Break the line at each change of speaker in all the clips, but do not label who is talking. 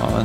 Ja,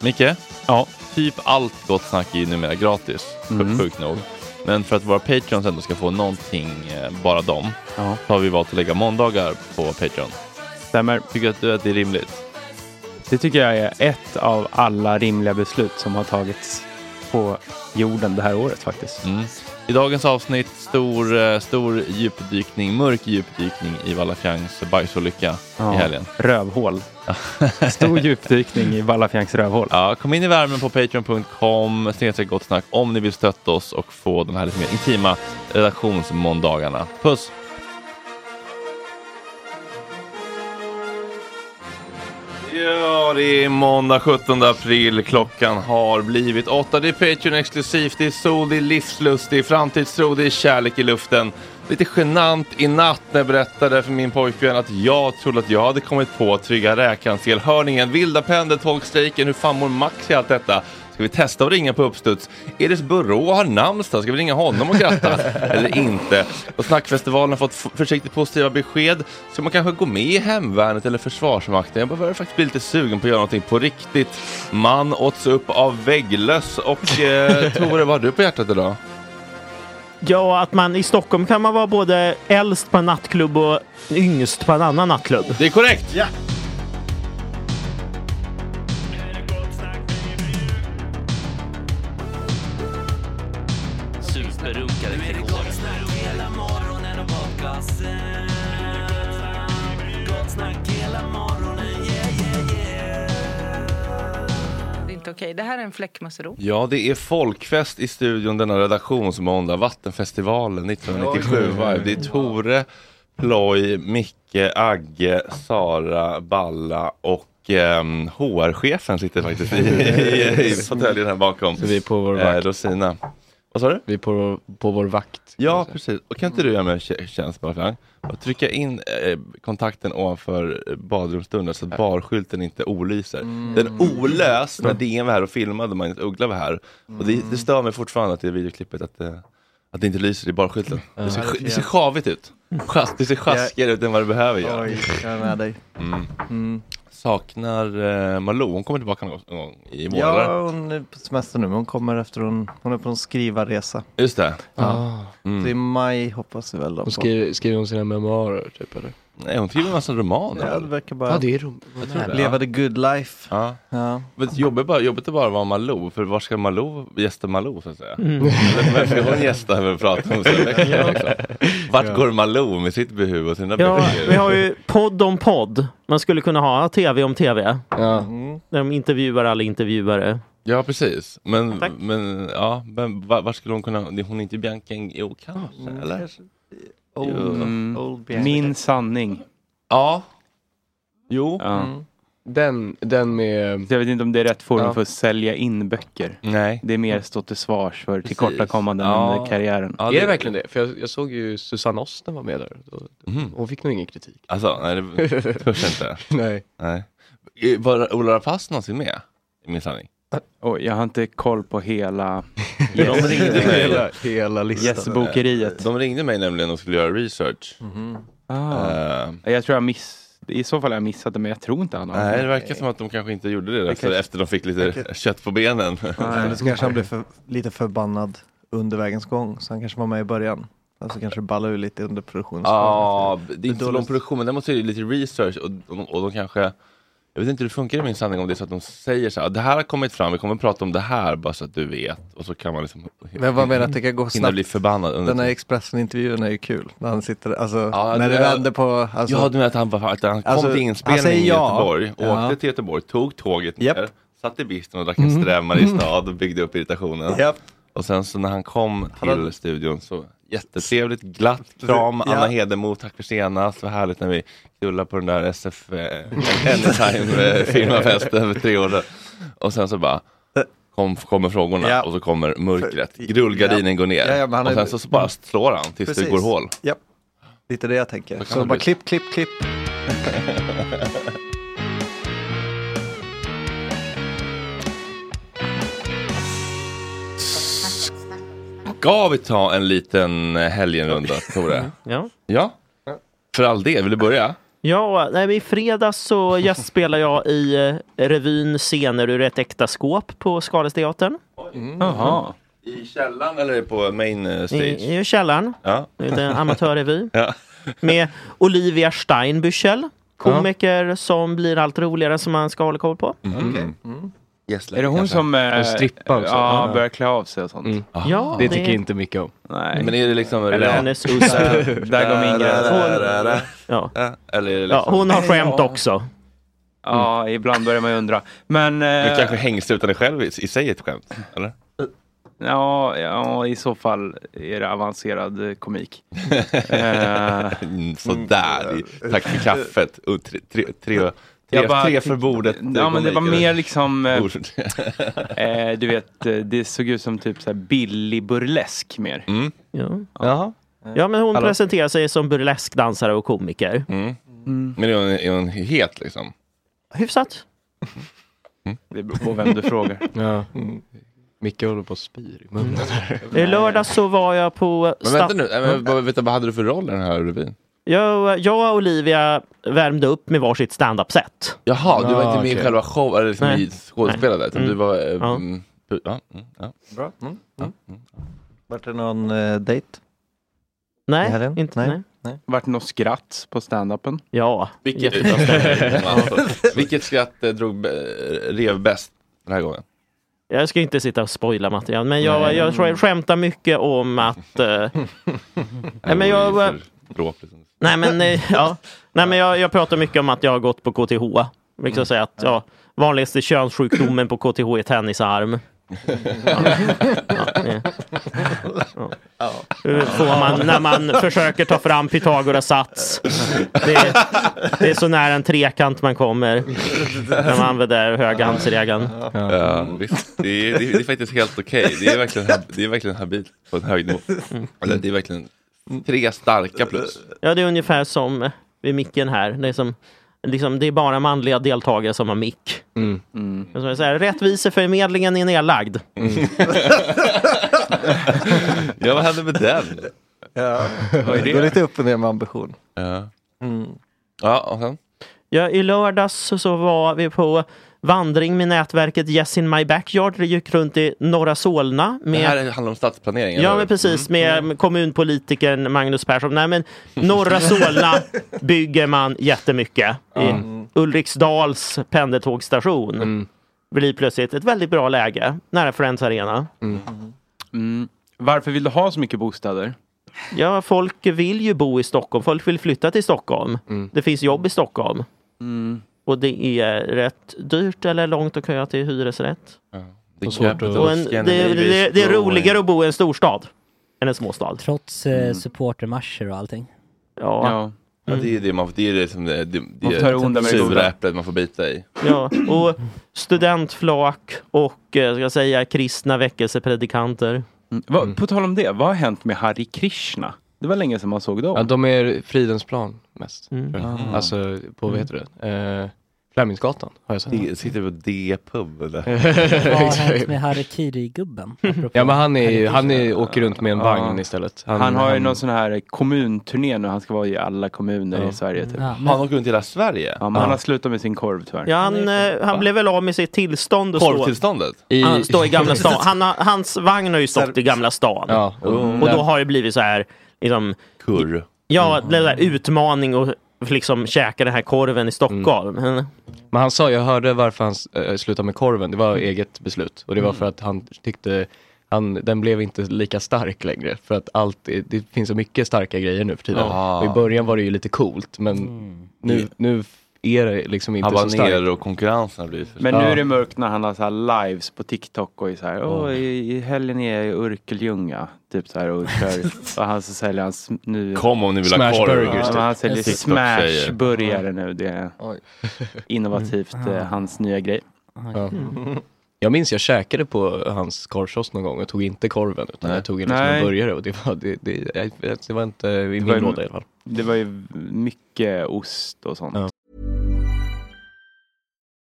Micke, ja. typ allt Gott Snack är ju numera gratis, mm. sjukt nog. Men för att våra Patreons ändå ska få någonting, eh, bara dem,
Ja.
så har vi valt att lägga måndagar på Patreon.
Stämmer.
Tycker att du att det är rimligt?
Det tycker jag är ett av alla rimliga beslut som har tagits på jorden det här året faktiskt.
Mm. I dagens avsnitt, stor, eh, stor djupdykning, mörk djupdykning i Vallafjangs bajsolycka i helgen.
Rövhål. Stor djupdykning i Vallafjangs rövhål.
Ja, kom in i värmen på patreon.com, snedstreck gott snack om ni vill stötta oss och få de här lite mer intima redaktionsmåndagarna. Puss! Ja, det är måndag 17 april. Klockan har blivit åtta. Det är Patreon exklusivt. Det är sol, det är livslust, det är framtidstro, det är kärlek i luften. Lite genant i natt när jag berättade för min pojkvän att jag trodde att jag hade kommit på trygga räkans elhörningen, vilda pendeln, tolkstrejken, hur fan mår Max i allt detta? Ska vi testa att ringa på uppstuds? Elis Burå har namnsdag, ska vi ringa honom och gratta? Eller inte? Och Snackfestivalen har fått f- försiktigt positiva besked. Ska man kanske gå med i Hemvärnet eller Försvarsmakten? Jag börjar faktiskt bli lite sugen på att göra någonting på riktigt. Man åts upp av vägglöss. Och eh, Tore, vad har du på hjärtat idag?
Ja, att man i Stockholm kan man vara både äldst på en nattklubb och yngst på en annan nattklubb.
Det är korrekt! Ja.
Superrunkare till gården. Hela morgonen och podcasten. Gott snack hela morgonen, yeah, yeah, yeah.
Det är inte okej. Det här är en fläckmussero.
Ja, det är folkfest i studion denna redaktionsmåndag. Vattenfestivalen 1997 vibe. Det är Tore, Ploy, Micke, Agge, Sara, Balla och ehm, HR-chefen sitter faktiskt i, i, i fåtöljen här bakom. Eh,
Så vi är på vår vakt.
Rosina. Vad sa du?
Vi är på, på vår vakt.
Ja, precis. Och kan inte
Mm.
du göra mig en tjä- tjänst bara Frank? Och trycka in eh, kontakten ovanför eh, badrumsdörren så att barskylten inte olyser.
Mm.
Den olös när DN var här och filmade och Magnus Uggla var här. Och det,
Mm.
det stör mig fortfarande att det videoklippet att, eh, att det inte lyser i barskylten. Det ser, det ser sjavigt ut. Sjas- Det ser sjaskigare ut än vad det behöver göra.
Oj, jag är med dig.
Mm. Saknar eh, Malou, hon kommer tillbaka någon gång i vår. eller?
Ja, hon är på semester nu, men hon kommer efter hon, hon är på en skrivarresa.
Just det.
Ja.
Mm.
Så i maj hoppas vi väl då
Hon
på.
skriver, skriver hon sina memoarer typ eller?
Nej, hon skriver en massa romaner.
Ja, det verkar bara...
Ja, det är rom-
Jag tror det,
Leva
ja.
the good life.
Ja.
Ja.
Men jobbigt, bara, jobbigt att bara vara Malou, för var ska Malou gästa Malou så att säga?
Mm.
Vem ska hon gästa här och prata om sig veckan, liksom? Vart går Malou med sitt behov och sina
Ja,
behov?
vi har ju podd om podd. Man skulle kunna ha tv om tv.
Mm.
Där de intervjuar alla intervjuare.
Ja, precis. Men, men ja, men va- vart skulle hon kunna, hon är inte Bianca Ingrosso kanske, eller?
Old,
Mm.
old
Min sanning.
Ja. Jo.
Mm. Den, den med...
Så jag vet inte om det är rätt forum
Ja.
för att sälja in böcker.
Nej.
Det är mer stå till svars för
Precis.
tillkortakommanden
Ja.
under karriären.
är det, verkligen det? För jag, jag såg ju Susanne Osten var med där. Då- Hon fick nog ingen kritik.
Mhm. Alltså, nej det törs jag inte.
Nej.
nej. Eh, Var Ola Rapace någonsin med i Min sanning?
Oj, jag har inte koll på hela...
De ringde mig.
Hela-
hela listan.
Gästbokeriet.
De ringde mig nämligen och skulle göra research.
Mm.
Ah.
Eh,
Jag tror jag miss... I så fall har jag missat det, men jag tror inte han har.
Nej, det verkar som att de kanske inte gjorde det, efter,
kanske-
efter de fick lite kött på benen.
Eller så kanske han blev för, lite förbannad under vägens gång, så han kanske var med i början. Och
Alltså
så kanske ballade ur lite under produktionsgången.
Ja, det är inte så
dåligt.
lång produktion, men däremot så är det lite research och, och, och de kanske jag vet inte hur det funkar i min sanning om det är så att de säger så här, "Ah, det här har kommit fram, vi kommer att prata om det här bara så att du vet. Och så kan man liksom
Men vad menar du att det kan gå
hinna
snabbt?
bli förbannad under
Den här
tiden.
Expressen-intervjun är ju kul. När han sitter, alltså,
Ja,
när det
jag-
vänder på... Alltså,
Ja, du menar att han, var- att han kom
Alltså,
till
han säger
inspelningen
ja.
i Göteborg,
Ja.
åkte till Göteborg, tog tåget ner,
Japp. Mm.
satt i bisten och drack en strävmare i stad och byggde upp irritationen.
Japp.
Och sen så när han kom till
hade-
studion så jättetrevligt, glatt kram, Anna
Ja.
Hedemo, tack för senast, vad härligt när vi knullade på den där SF eh, Anytime eh, firmafesten för tre år sedan. Och sen så bara kom, kommer frågorna
Ja.
och så kommer mörkret, rullgardinen
Ja.
går ner
Ja, ja, men han
och
är-
sen så, så bara slår han tills det
Precis.
går hål.
Japp. Lite det jag tänker.
kan
Så
det
bara
bli.
klipp, klipp, klipp.
Ska vi ta en liten eh, helgenrunda, Tore?
Ja.
Ja, för all del. Vill du börja?
Ja, nej, men i fredags så gästspelar jag i eh, revyn Scener ur ett äkta skåp på Skalesteatern.
Jaha.
I källaren eller på main eh,
I,
stage?
I källaren.
Ja.
Det är en amatörrevy.
Ja.
Med Olivia Steinbüchel. Komiker som blir allt roligare som man ska hålla koll på.
Mm. Yes,
Är det hon som... Eh,
Och strippa också.
Ja,
Ja.
börjar klä av sig och sånt.
Mm.
Ja,
Det tycker inte mycket om.
Nej.
Men är det liksom...
Eller
hennes usla.
Där går min gräns.
Hon...
Ja.
Eller är det
Ja,
liksom...
hon har skämt också.
Ja, ibland börjar man ju undra. Men...
Du
eh,
kanske hängslutade själv i, i sig ett skämt? Eller?
Ja, ja, i så fall är det avancerad eh, komik. eh,
Mm, Sådär. Tack för kaffet. Och tre, tre, tre, Tre- tre för bordet, det
Ja,
kom
men det var
lika.
mer liksom, eh,
Bord.
eh, du vet, eh, det såg ut som typ så här billig burlesk mer.
Mm.
Ja.
Jaha.
Ja, men hon
Hallå.
presenterar sig som burleskdansare och komiker.
Men är hon, är hon het liksom?
Hyfsat.
Det beror på vem du frågar.
Ja. Mm. Micke håller på att spyr i munnen.
I lördags så var jag på...
Men vänta nu,
sta-
äh, men, vad, vänta, vad hade du för roll i den här revyn?
Jag, jag och Olivia värmde upp med varsitt stand-up-set.
Jaha, du var inte med i själva showen, eller liksom
Nej.
i skådespelandet? utan
Nej.
Du var... eh,
Ja.
mm, pu- ja, mm, ja.
Bra. Mm. Mm. Vart det någon eh, dejt? I helgen? Nej. Nej.
Vart det något skratt på standupen?
Ja.
Vilket, alltså, vilket skratt eh, drog, eh, rev bäst den här gången?
Jag ska inte sitta och spoila material, men jag,
Nej.
jag, tror jag skämtar mycket om att... eh, nej, men jag,
Dråpligt.
nej, men, eh, ja, nej, men jag, jag pratar mycket om att jag har gått på KTH. Liksom säga att, ja, vanligaste könssjukdomen på KTH är tennisarm. Ja. Ja. Ja. Hur får man när man försöker ta fram Pythagoras sats? Det är, det är så nära en trekant man kommer när man använder högerhandsregeln.
Ja, Eh, visst. Det, är, det, är, det är faktiskt helt okej. Det är verkligen, hab- det är verkligen habilt på en hög nivå.
Mm.
Eller, det är verkligen tre starka plus.
Ja, det är ungefär som vid micken här. Det är, som, liksom, det är bara manliga deltagare som har mick.
Mm.
Som jag säger, rättviseförmedlingen är nedlagd.
Ja, vad hände med den?
Ja.
Vad är
Det
det?
går lite upp och ner med ambition.
Ja.
Mm.
Ja, och sen?
Ja, I lördags så var vi på vandring med nätverket Yes in my backyard. Vi gick runt i norra Solna.
Det
Med
här handlar om stadsplanering. eller
Ja,
hur?
men precis.
Mm,
Med kommunpolitikern Magnus Persson. Nej, men norra Solna bygger man jättemycket. I
Mm.
Ulriksdals pendeltågsstation
Mm.
blir plötsligt ett väldigt bra läge nära Friends Arena.
Mm. Varför vill du ha så mycket bostäder?
Ja, folk vill ju bo i Stockholm. Folk vill flytta till Stockholm.
Mm.
Det finns jobb i Stockholm. Och det är rätt dyrt eller långt att köa till hyresrätt.
Det,
Och svårt att-
Och en, det, det, det, det är roligare att bo i en storstad än en småstad.
Trots eh, supportermarscher och allting.
Ja. Ja, det är ju det man får, det är det som det, det, det
Man
är
tar onda
det
med det goda.
sura äpplet man får bita i.
Ja, och studentflak och eh, ska jag säga kristna väckelsepredikanter.
Va, På tal om det, vad har hänt med Hare Krishna? Det var länge sedan man såg dem.
Ja, de är Fridens plan mest.
Mm.
tror jag.
Ah.
Alltså på,
Mm.
vad heter det? Eh, Flemingsgatan har jag sett.
Det sitter på D-pub eller?
Vad har hänt
Exakt.
med Harikiri-gubben?
Ja men han, är, ju- han är, åker runt med en vagn
Ja.
istället.
Han, har ju någon sån här kommunturné nu. Han ska vara i alla kommuner
Ja.
i Sverige. Typ.
Ja, men-
Han åker runt i hela Sverige?
Ja, men Han har slutat med sin korv tyvärr.
Ja, han, eh, han blev väl av med sitt tillstånd och så.
Korvtillståndet?
Han står i Gamla stan. Han har, hans vagn har ju stått i Gamla stan.
Ja.
Och då har det blivit så här, liksom,
Kurr.
ja,
Mm.
den där utmaning och liksom käka den här korven i Stockholm.
Mm.
Men han sa, jag hörde varför han eh, slutade med korven. Det var eget beslut. Och det var för att han tyckte, han, den blev inte lika stark längre. För att allt, är- det finns så mycket starka grejer nu för tiden.
Ah.
Och i början var det ju lite coolt men nu, nu är det liksom inte
Mm. Han var
så starkt.
nere och konkurrensen har blivit för
Men
stark.
nu är det mörkt när han har så här lives på TikTok och är så här, Åh, i, i helgen är jag i Örkeljunga. Typ så här och kör. och han så säljer han sm- nu.
Kom om ni vill ha
Smash
korv.
burgers,
Ja,
typ. Han säljer
TikTok-tjejer.
smashburgare nu. Det är innovativt, eh, hans nya grej.
Ja. Mm. Jag minns jag käkade på hans korvkiosk någon gång och tog inte korven utan jag tog en, liksom
Nej.
en burgare och det var, det, det, jag- det var inte i min
var ju-
låda i alla fall.
Det var ju mycket ost och sånt.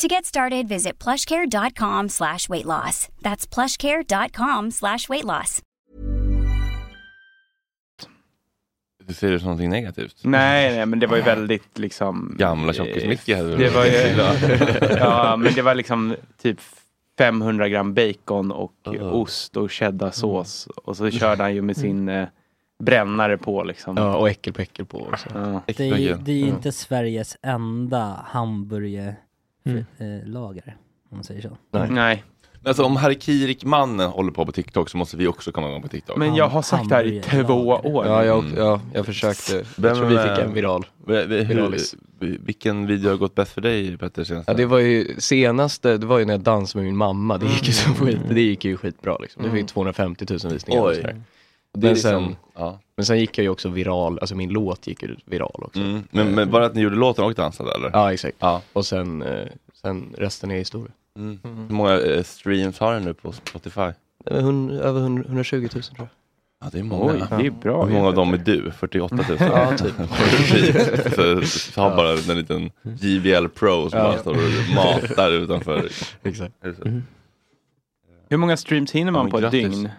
To get started, visit plushcare.com slash weight loss. That's plushcare.com slash weight loss.
Du ser ut som någonting negativt.
Nej, nej, men det var ju väldigt liksom...
Gamla tjockis-Micke hade
Det var ju,
väl-
ja, men det var liksom typ 500 gram bacon och ost och cheddarsås. Och så körde han ju med sin eh, brännare på liksom.
Ja, och äckelpäckel på också.
Ja.
Det är, ju- det är ju inte Sveriges enda hamburgerlagare,
Mm.
om man säger så.
Nej. Alltså om Harkirik-mannen håller på på TikTok så måste vi också komma igång på TikTok. Mm.
Men jag har sagt det här i två år.
Ja, jag,
Mm.
ja, jag försökte.
Vem,
jag tror vi fick
eh,
en viral.
vi- vi- hur-
Viralis.
vi- Vilken video har gått bäst för dig Petter? Senast?
Ja, det var ju senaste, det var ju när jag dansade med min mamma. Det gick ju, så skit, det gick ju skitbra liksom. Det
Mm.
fick 250 000 visningar. och
Oj.
så här.
Det är
Men,
liksom-
sen,
ja.
men sen gick jag ju också viral, alltså min låt gick ju viral också.
Mm. Men, men bara att ni gjorde låten och dansade eller?
typ. Ja, exakt. Och sen, eh, sen resten är historia.
Mm. Hur många eh, streams har den nu på Spotify?
Det var hun- Över 100, 120 000 tror jag.
Ja, det är många.
Oj, det är bra.
Hur många av dem är du? 48 000?
Ja, typ.
Precis. så, så har
Ja.
bara en liten JBL Pro som
Ja.
bara står och matar utanför.
Exakt. Mm.
Hur många streams hinner man
Ja, men
på ett
grattis.
dygn?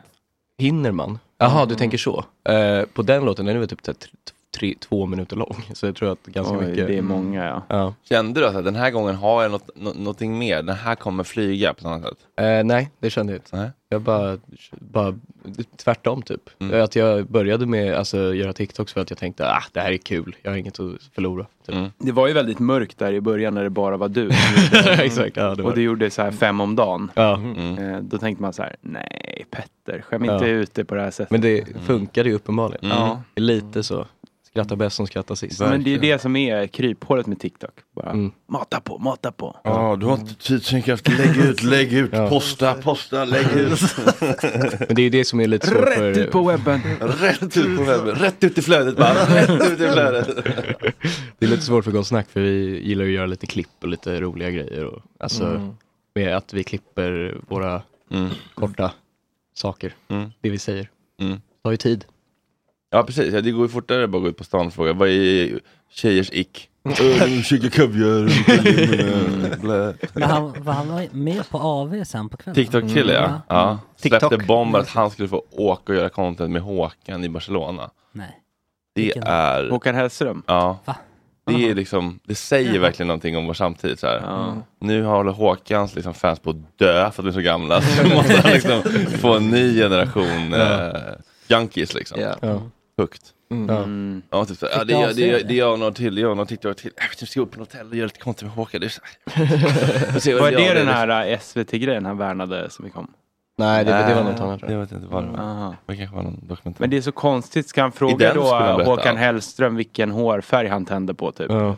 Hinner man? Jaha, du tänker så. Eh, på den låten, den är väl typ så här tre, tre, två minuter lång. Så jag tror att ganska
Oj,
mycket.
det är många, ja.
Kände du att den här gången har jag något, nå- någonting mer? Den här kommer flyga på något sätt?
Eh, nej, det kände jag inte. Jag bara, bara tvärtom typ. Att jag började med alltså göra TikToks för att jag tänkte ah, det här är kul, jag har inget att förlora. Typ.
Det var ju väldigt mörkt där i början när det bara var du.
Exakt, ja, det var
och du
det.
gjorde så här fem om dagen.
Ja.
Eh, Då tänkte man så här, nej Petter, skäm
Ja.
inte ut det på det här sättet.
Men det funkade ju uppenbarligen.
Mm. Ja.
Det är Lite så, skratta bäst som skrattar sist.
Men det är det som är kryphålet med TikTok. Bara, Mata på, mata på.
Ja, du har inte tid, tänk efter, lägg ut, lägg ut,
Ja.
posta, posta, lägg ut.
Men det är ju det som är lite svårt för...
Rätt ut på webben.
Rätt ut på webben, rätt ut i flödet bara, rätt ut i flödet.
Det är lite svårt för Gott Snack för vi gillar ju att göra lite klipp och lite roliga grejer. Och, alltså
Mm.
med att vi klipper våra Mm. korta saker, det vi säger.
Mm.
tar ju tid.
Ja precis, Ja, det går ju fortare att bara gå ut på stan och fråga vad är tjejers ick? Öh, Käka kaviar, blä.
Men han, var han var med på AV sen på kvällen?
TikTok-kille
Mm.
ja. ja. Släppte bomber att han skulle få åka och göra content med Håkan i Barcelona.
Nej.
Det är...
Håkan Hellström?
Ja. Det är liksom, det säger verkligen någonting om vår samtid så här.
Mm.
Nu håller Håkans liksom fans på att dö för att de är så gamla. Så nu måste han liksom få en ny generation
Ja.
eh, junkies liksom.
Ja.
Högt.
Mm.
Ja. Ja, typ så, här, ja, det,
Fick
gör,
jag
det, gör,
se
det gör några till, det gör några TikTok till. Jag vet inte, vi ska gå upp på något hotell och göra lite content med Håkan. Det är så här. Får se vad
Var
vi
det
gör.
den
är-
här eh, SVT-grejen han värnade som vi kom?
Nej, det, det var något
Nej,
annat.
Jag vet inte vad det
var.
Det kanske var någon dokumentär.
Eh, Men det är så konstigt, ska han
I den
fråga då
skulle han berätta
Håkan
allt.
Hellström vilken hårfärg han tände på typ?
Ja.
Eh,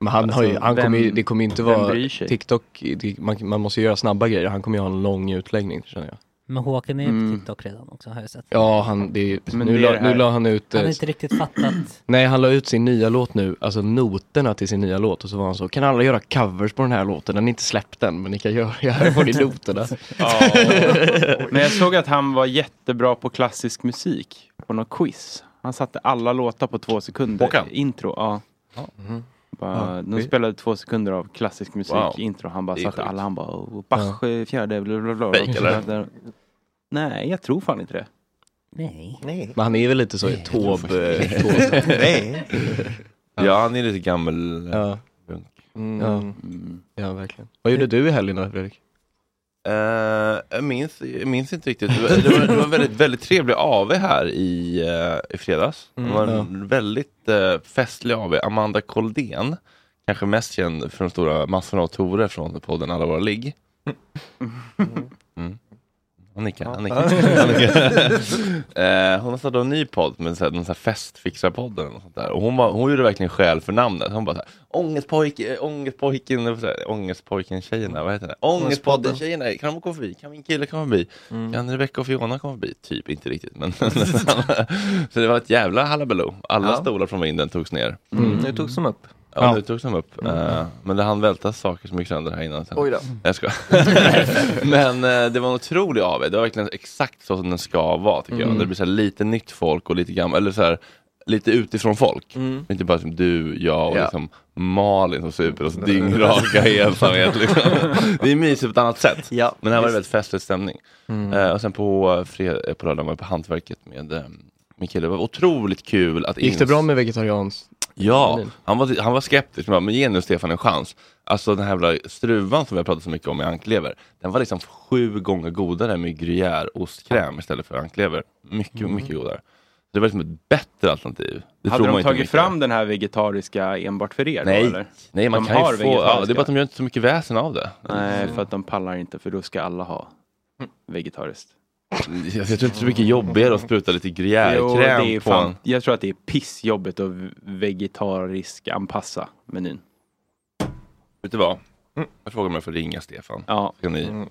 Men han har ju,
Alltså,
han kommer ju,
vem-
det kommer ju inte
vem
vara
bryr sig?
TikTok, det, man, man måste ju göra snabba grejer, han kommer ju ha en lång utläggning känner jag.
Men Håkan är ju
Mm.
på TikTok redan också har jag sett.
Ja, han, det är ju,
Men
nu,
det är
la,
det här-
nu la han ut...
Han har
eh,
inte riktigt fattat.
Nej, han la ut sin nya låt nu, alltså noterna till sin nya låt och så var han så, kan alla göra covers på den här låten? Den är inte släppt än, men ni kan göra, här får ni noterna.
Ja. Men jag såg att han var jättebra på klassisk musik på något quiz. Han satte alla låtar på två sekunder.
Håkan? mhm.
Intro, ja. Bara,
Ja,
de
det-
spelade två sekunder av klassisk musik,
Wow.
intro. Han bara
Det är
satte
sjukt.
alla, han bara oh, Bach eh, fjärde, bla bla bla.
Fake, eller?
Och så- Nej, jag tror fan inte det.
Nej.
Men han är väl lite så i tåb... eh, tåb.
Ja, han är lite gammal.
Ja. Ja.
Mm.
ja, verkligen. Vad gjorde du i helgen då, Fredrik?
Eh, jag, minns, jag minns inte riktigt. Det var, det var, det var väldigt, väldigt trevlig AV här i, eh, i fredags. Det
Mm.
var en väldigt eh, festlig AV. Amanda Koldén, kanske mest känd från de stora massorna av Tore från podden Alla våra ligg. Mm. Annika.
Ja.
Annika. Annika. eh, hon startade en ny podd med så här, någon så här festfixarpodden. Och, sånt där. och hon, var, hon gjorde verkligen skäl för namnet. Hon bara så här, ångestpojk, eh, ångestpojken, så här, ångestpojken-tjejerna, vad heter det? Ångestpodden-tjejerna, Mm. kan de gå förbi? Kan min kille komma förbi? Kan Rebecca och Fiona komma förbi? Typ, inte riktigt. Men nästan. så det var ett jävla halabaloo. Alla
Ja.
stolar från vinden togs ner.
Mm, nu togs de upp.
Ja,
Ja.
nu togs de upp. Eh, men det hann välta saker som gick sönder här innan. Sen.
Oj då.
Jag skojar. men eh, det var en otrolig AW. Det var verkligen exakt så som den ska vara tycker
Mm.
jag. Det blir så här lite nytt folk och lite gammal, eller så här lite utifrån folk.
Mm.
Inte bara som du, jag och
Ja.
liksom Malin som super och så dyngraka i ensamhet. Liksom. Det är mysigt på ett annat sätt. Men här var det väldigt festlig stämning.
Mm.
Eh, och sen på, fred- eh, på lördagen var jag på Hantverket med eh, min kille. Det var otroligt kul att
Gick det
ins-
bra med vegetarians?
Ja, han var, han var skeptisk, men, men ge nu Stefan en chans. Alltså den här jävla struvan som vi har pratat så mycket om i anklever, den var liksom sju gånger godare med gruyère ostkräm istället för anklever. Mycket,
Mm.
mycket godare. Det var liksom ett bättre alternativ. Det
Hade
tror man
de
inte
tagit
mycket.
fram den här vegetariska enbart för er?
Nej.
då, eller?
Nej, man
de
kan ju
har
få- ja, det är bara att
vegetariska.
de gör inte så mycket väsen av det.
Nej, för att de pallar inte, för då ska alla ha vegetariskt.
Jag, jag tror inte det är så mycket jobbigare att spruta lite
Jo, det är
gruyèrekräm på
fan-
en.
Jag tror att det är pissjobbigt att vegetarisk anpassa menyn.
Vet du vad? Jag frågar om jag får ringa Stefan.
Ja.
Ska ni...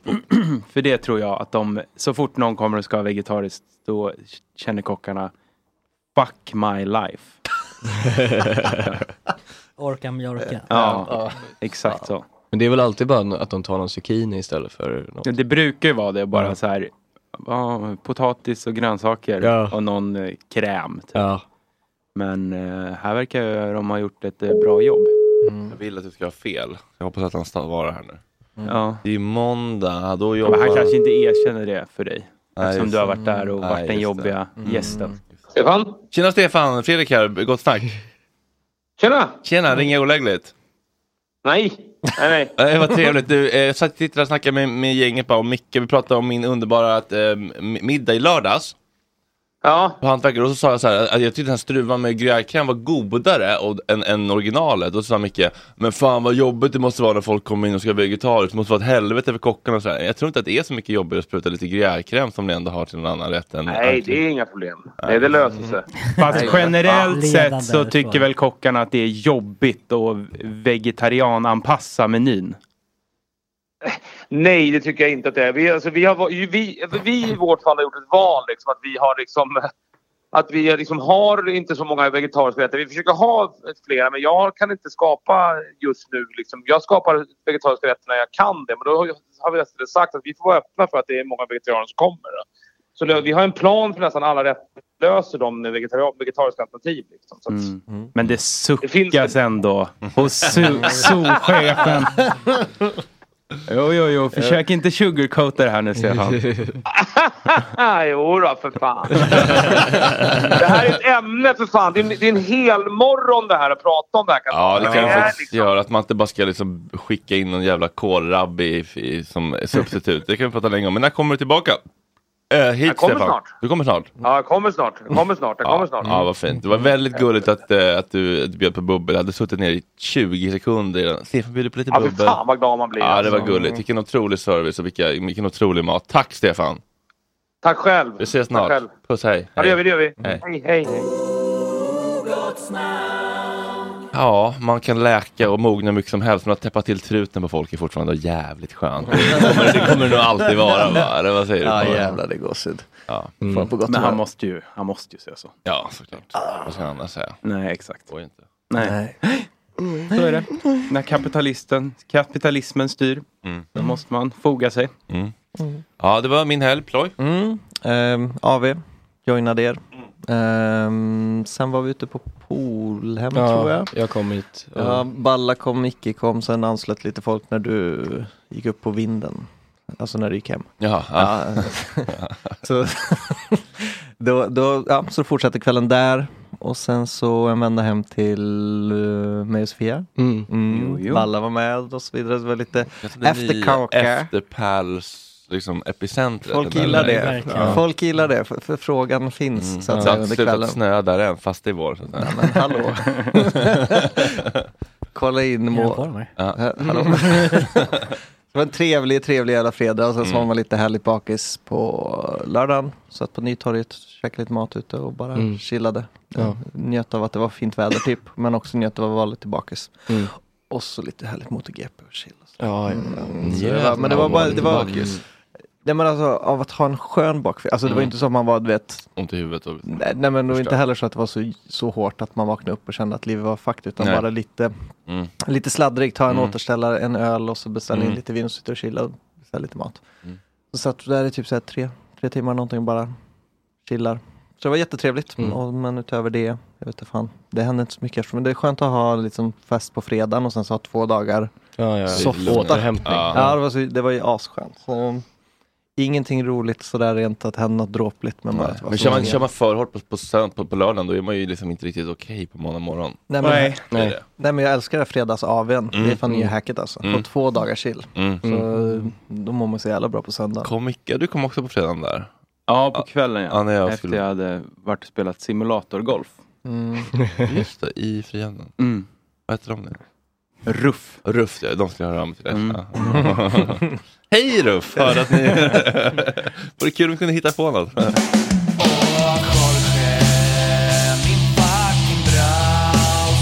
För det tror jag att de, så fort någon kommer och ska ha vegetariskt, då känner kockarna Fuck my life.
Orka mjölka.
exakt så.
Men det är väl alltid bara att de tar någon zucchini istället för något?
Ja, Det brukar ju vara det, bara
Ja.
så här ja, potatis och grönsaker och någon eh, kräm. Typ. Men eh, här verkar de ha gjort ett eh, bra jobb.
Jag vill att du ska ha fel. Jag hoppas att han svarar här nu.
Mm. Ja.
Det är måndag, då
Men
jobbar...
han kanske inte erkänner det för dig.
Nej,
eftersom
just
du har
det.
varit där och
Nej,
varit den
just
jobbiga
det. Mm.
gästen.
Stefan? Tjena Stefan, Fredrik här, gott snack. Tjena! Tjena,
Mm.
ringer olägligt? Nej, nej nej. eh, vad trevligt, du, eh, jag satt och tittade och snackade med, med gänget bara om Micke, vi pratade om min underbara att, eh, m- middag i lördags. Ja. På hantverkare, och så sa jag så här, att jag tyckte den här struvan med gruyèrekräm var godare och, än, än originalet. Och så sa Micke, men fan vad jobbigt det måste vara när folk kommer in och ska vara vegetariskt, det måste vara ett helvete för kockarna och så här. Jag tror inte att det är så mycket jobbigare att spruta lite gruyèrekräm som ni ändå har till någon annan rätt än
Nej, det är inga problem. Nej, det löser sig.
Fast
Nej.
generellt
Ja.
sett så
Ledande
tycker
svar.
väl kockarna att det är jobbigt att vegetariananpassa menyn.
Nej, det tycker jag inte att det är. Vi, alltså, vi, har, vi, vi i vårt fall har gjort ett val. Liksom, att vi har liksom... Att vi liksom har inte så många vegetariska rätter. Vi försöker ha flera, men jag kan inte skapa just nu. Liksom. Jag skapar vegetariska rätter när jag kan det. Men då har jag- har vi redan sagt att vi får vara öppna för att det är många vegetarianer som kommer. då. Så det, vi har en plan för nästan alla rätter. Löser de med vegetari- vegetariska alternativ. Liksom. Så att,
Mm. Men det suckas ändå hos so- souschefen. Jo, jo, jo. Försök inte sugarcoata det här nu, Stefan.
jo då, för fan. det här är ett ämne för fan. Det är, en- det är en hel morgon det här att prata om det här. Kan
Ja, det kan
är
jag faktiskt göra. Att man inte bara ska liksom skicka in någon jävla kålrabbi i- i- som substitut. Det kan vi prata länge om. Men när kommer du tillbaka? Eh, hit,
Jag kommer
Stefan.
snart.
Du kommer snart?
Ja, jag kommer snart. Jag kommer snart. Jag kommer snart.
Ja, vad fint. Det var väldigt gulligt att, eh, att, du, att du bjöd på bubbel. Jag hade suttit ner i 20 sekunder. innan. Stefan bjuder på lite
Ja, fy
bubbel.
Alltså, fan vad glad man blir,
Ja, det var
alltså.
gulligt. Vilken otrolig service och vilka, vilken otrolig mat. Tack Stefan.
Tack själv.
Vi ses snart.
själv.
Puss, hej.
Ja, det gör vi. Det gör vi.
Hej.
Hej, hej.
Ja, man kan läka och mogna mycket som helst, men att täppa till truten på folk är fortfarande jävligt skönt. Det kommer det nog alltid vara, va? Eller vad säger du?
Ja,
Karin?
jävlar, det är gåshud.
Ja.
Mm.
Får han på gott
Men han
humör.
måste ju, han måste ju säga så.
Ja, såklart. Vad ska han annars säga?
Nej, exakt.
Går ju inte.
Nej. Så är det. När kapitalisten, kapitalismen styr, då måste man foga sig.
Ja, det var min helg, ploj.
Mm. ehm, AV, joinade er. Ehm, sen var vi ute på Polhem
Ja,
tror jag.
jag kom hit.
Ja, Balla kom, Micke kom, sen anslöt lite folk när du gick upp på vinden. Alltså när du gick hem.
Jaha, ja.
så, då, då, ja, så fortsatte kvällen där och sen så en vända hem till uh, mig och Sofia.
Mm.
Jo, jo.
Balla var med och så vidare. Det var lite
Det är
efterkaka.
vi- Efterpäls, liksom epicentret.
Folk
Den där
gillar
lägenheten.
det.
Ja.
Folk gillar det, för, för frågan finns
Mm.
så att säga
Ja. Det har
under
inte slutat
kvällen.
snöa där än, fast det är vår. Så att säga.
Men hallå. Kolla in
Är det
må...
på dem, eller? Ja.
Eh, Hallå. Det var en trevlig, trevlig jävla fredag och sen så
Mm.
var man lite härligt bakis på lördagen. Satt på Nytorget, käkade lite mat ute och bara
Mm.
chillade.
Ja.
Njöt av att det var fint väder typ, men också njöt av att vara lite bakis.
Mm.
Och så lite härligt MotoGP och chill. och så. Mm.
Ja, ja. Mm.
Så det var, men det var bara, det var, Nej men alltså av att ha en skön bakfylla, alltså det var
Mm.
ju inte som man var du vet
Ont i huvudet och...
Nej, nej men det var inte
Förstör.
heller så att det var så, så hårt att man vaknade upp och kände att livet var fucked utan
Nej.
bara lite,
Mm.
lite sladdrigt, ta en
Mm.
återställare, en öl och så beställa
Mm.
in lite vin och sitta och chilla och beställa lite mat.
Mm.
Så satt vi där i typ så här tre, tre timmar någonting och bara chillar. Så det var jättetrevligt
Mm.
och, men utöver det, jag vet inte fan, det hände inte så mycket eftersom- men det är skönt att ha liksom fest på fredagen och sen så ha två dagar
Ja, ja.
softa.
Återhämtning.
Eh, Ja,
Ja.
det, var så, det var ju asskönt. Så, um, ingenting roligt sådär rent att hända något dråpligt men bara att det var
Men
så
kör man,
många.
kör man för hårt på, på, sön- på, på lördagen då är man ju liksom inte riktigt okej på måndag morgon.
Nej men, nej.
Det är
Nej.
det.
men jag älskar det här fredags AWn. Det är fan
Mm.
nya hacket alltså.
Mm.
På två dagar chill.
Mm.
Så då mår man så jävla bra på söndag.
Kom Micke, du kom också på fredagen där.
Ja, på kvällen ja.
Ja, när jag
Efter
skulle-
jag hade varit och spelat simulatorgolf.
Mm.
Just det, i Frihamnen.
Mm.
Vad heter de nu?
Ruff.
Ruff, ja, de skulle höra av mig till dig.
Mm.
Ja. Hej Ruff! Hörde att ni... Vore kul om vi kunde hitta på något.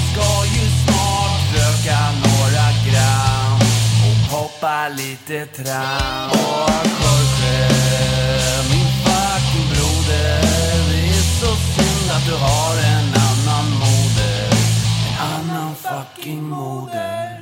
Ska ju snart röka några gram och hoppa lite tram. Och Jorge, min fucking broder. Det är så synd att du har en annan moder. En annan fucking moder.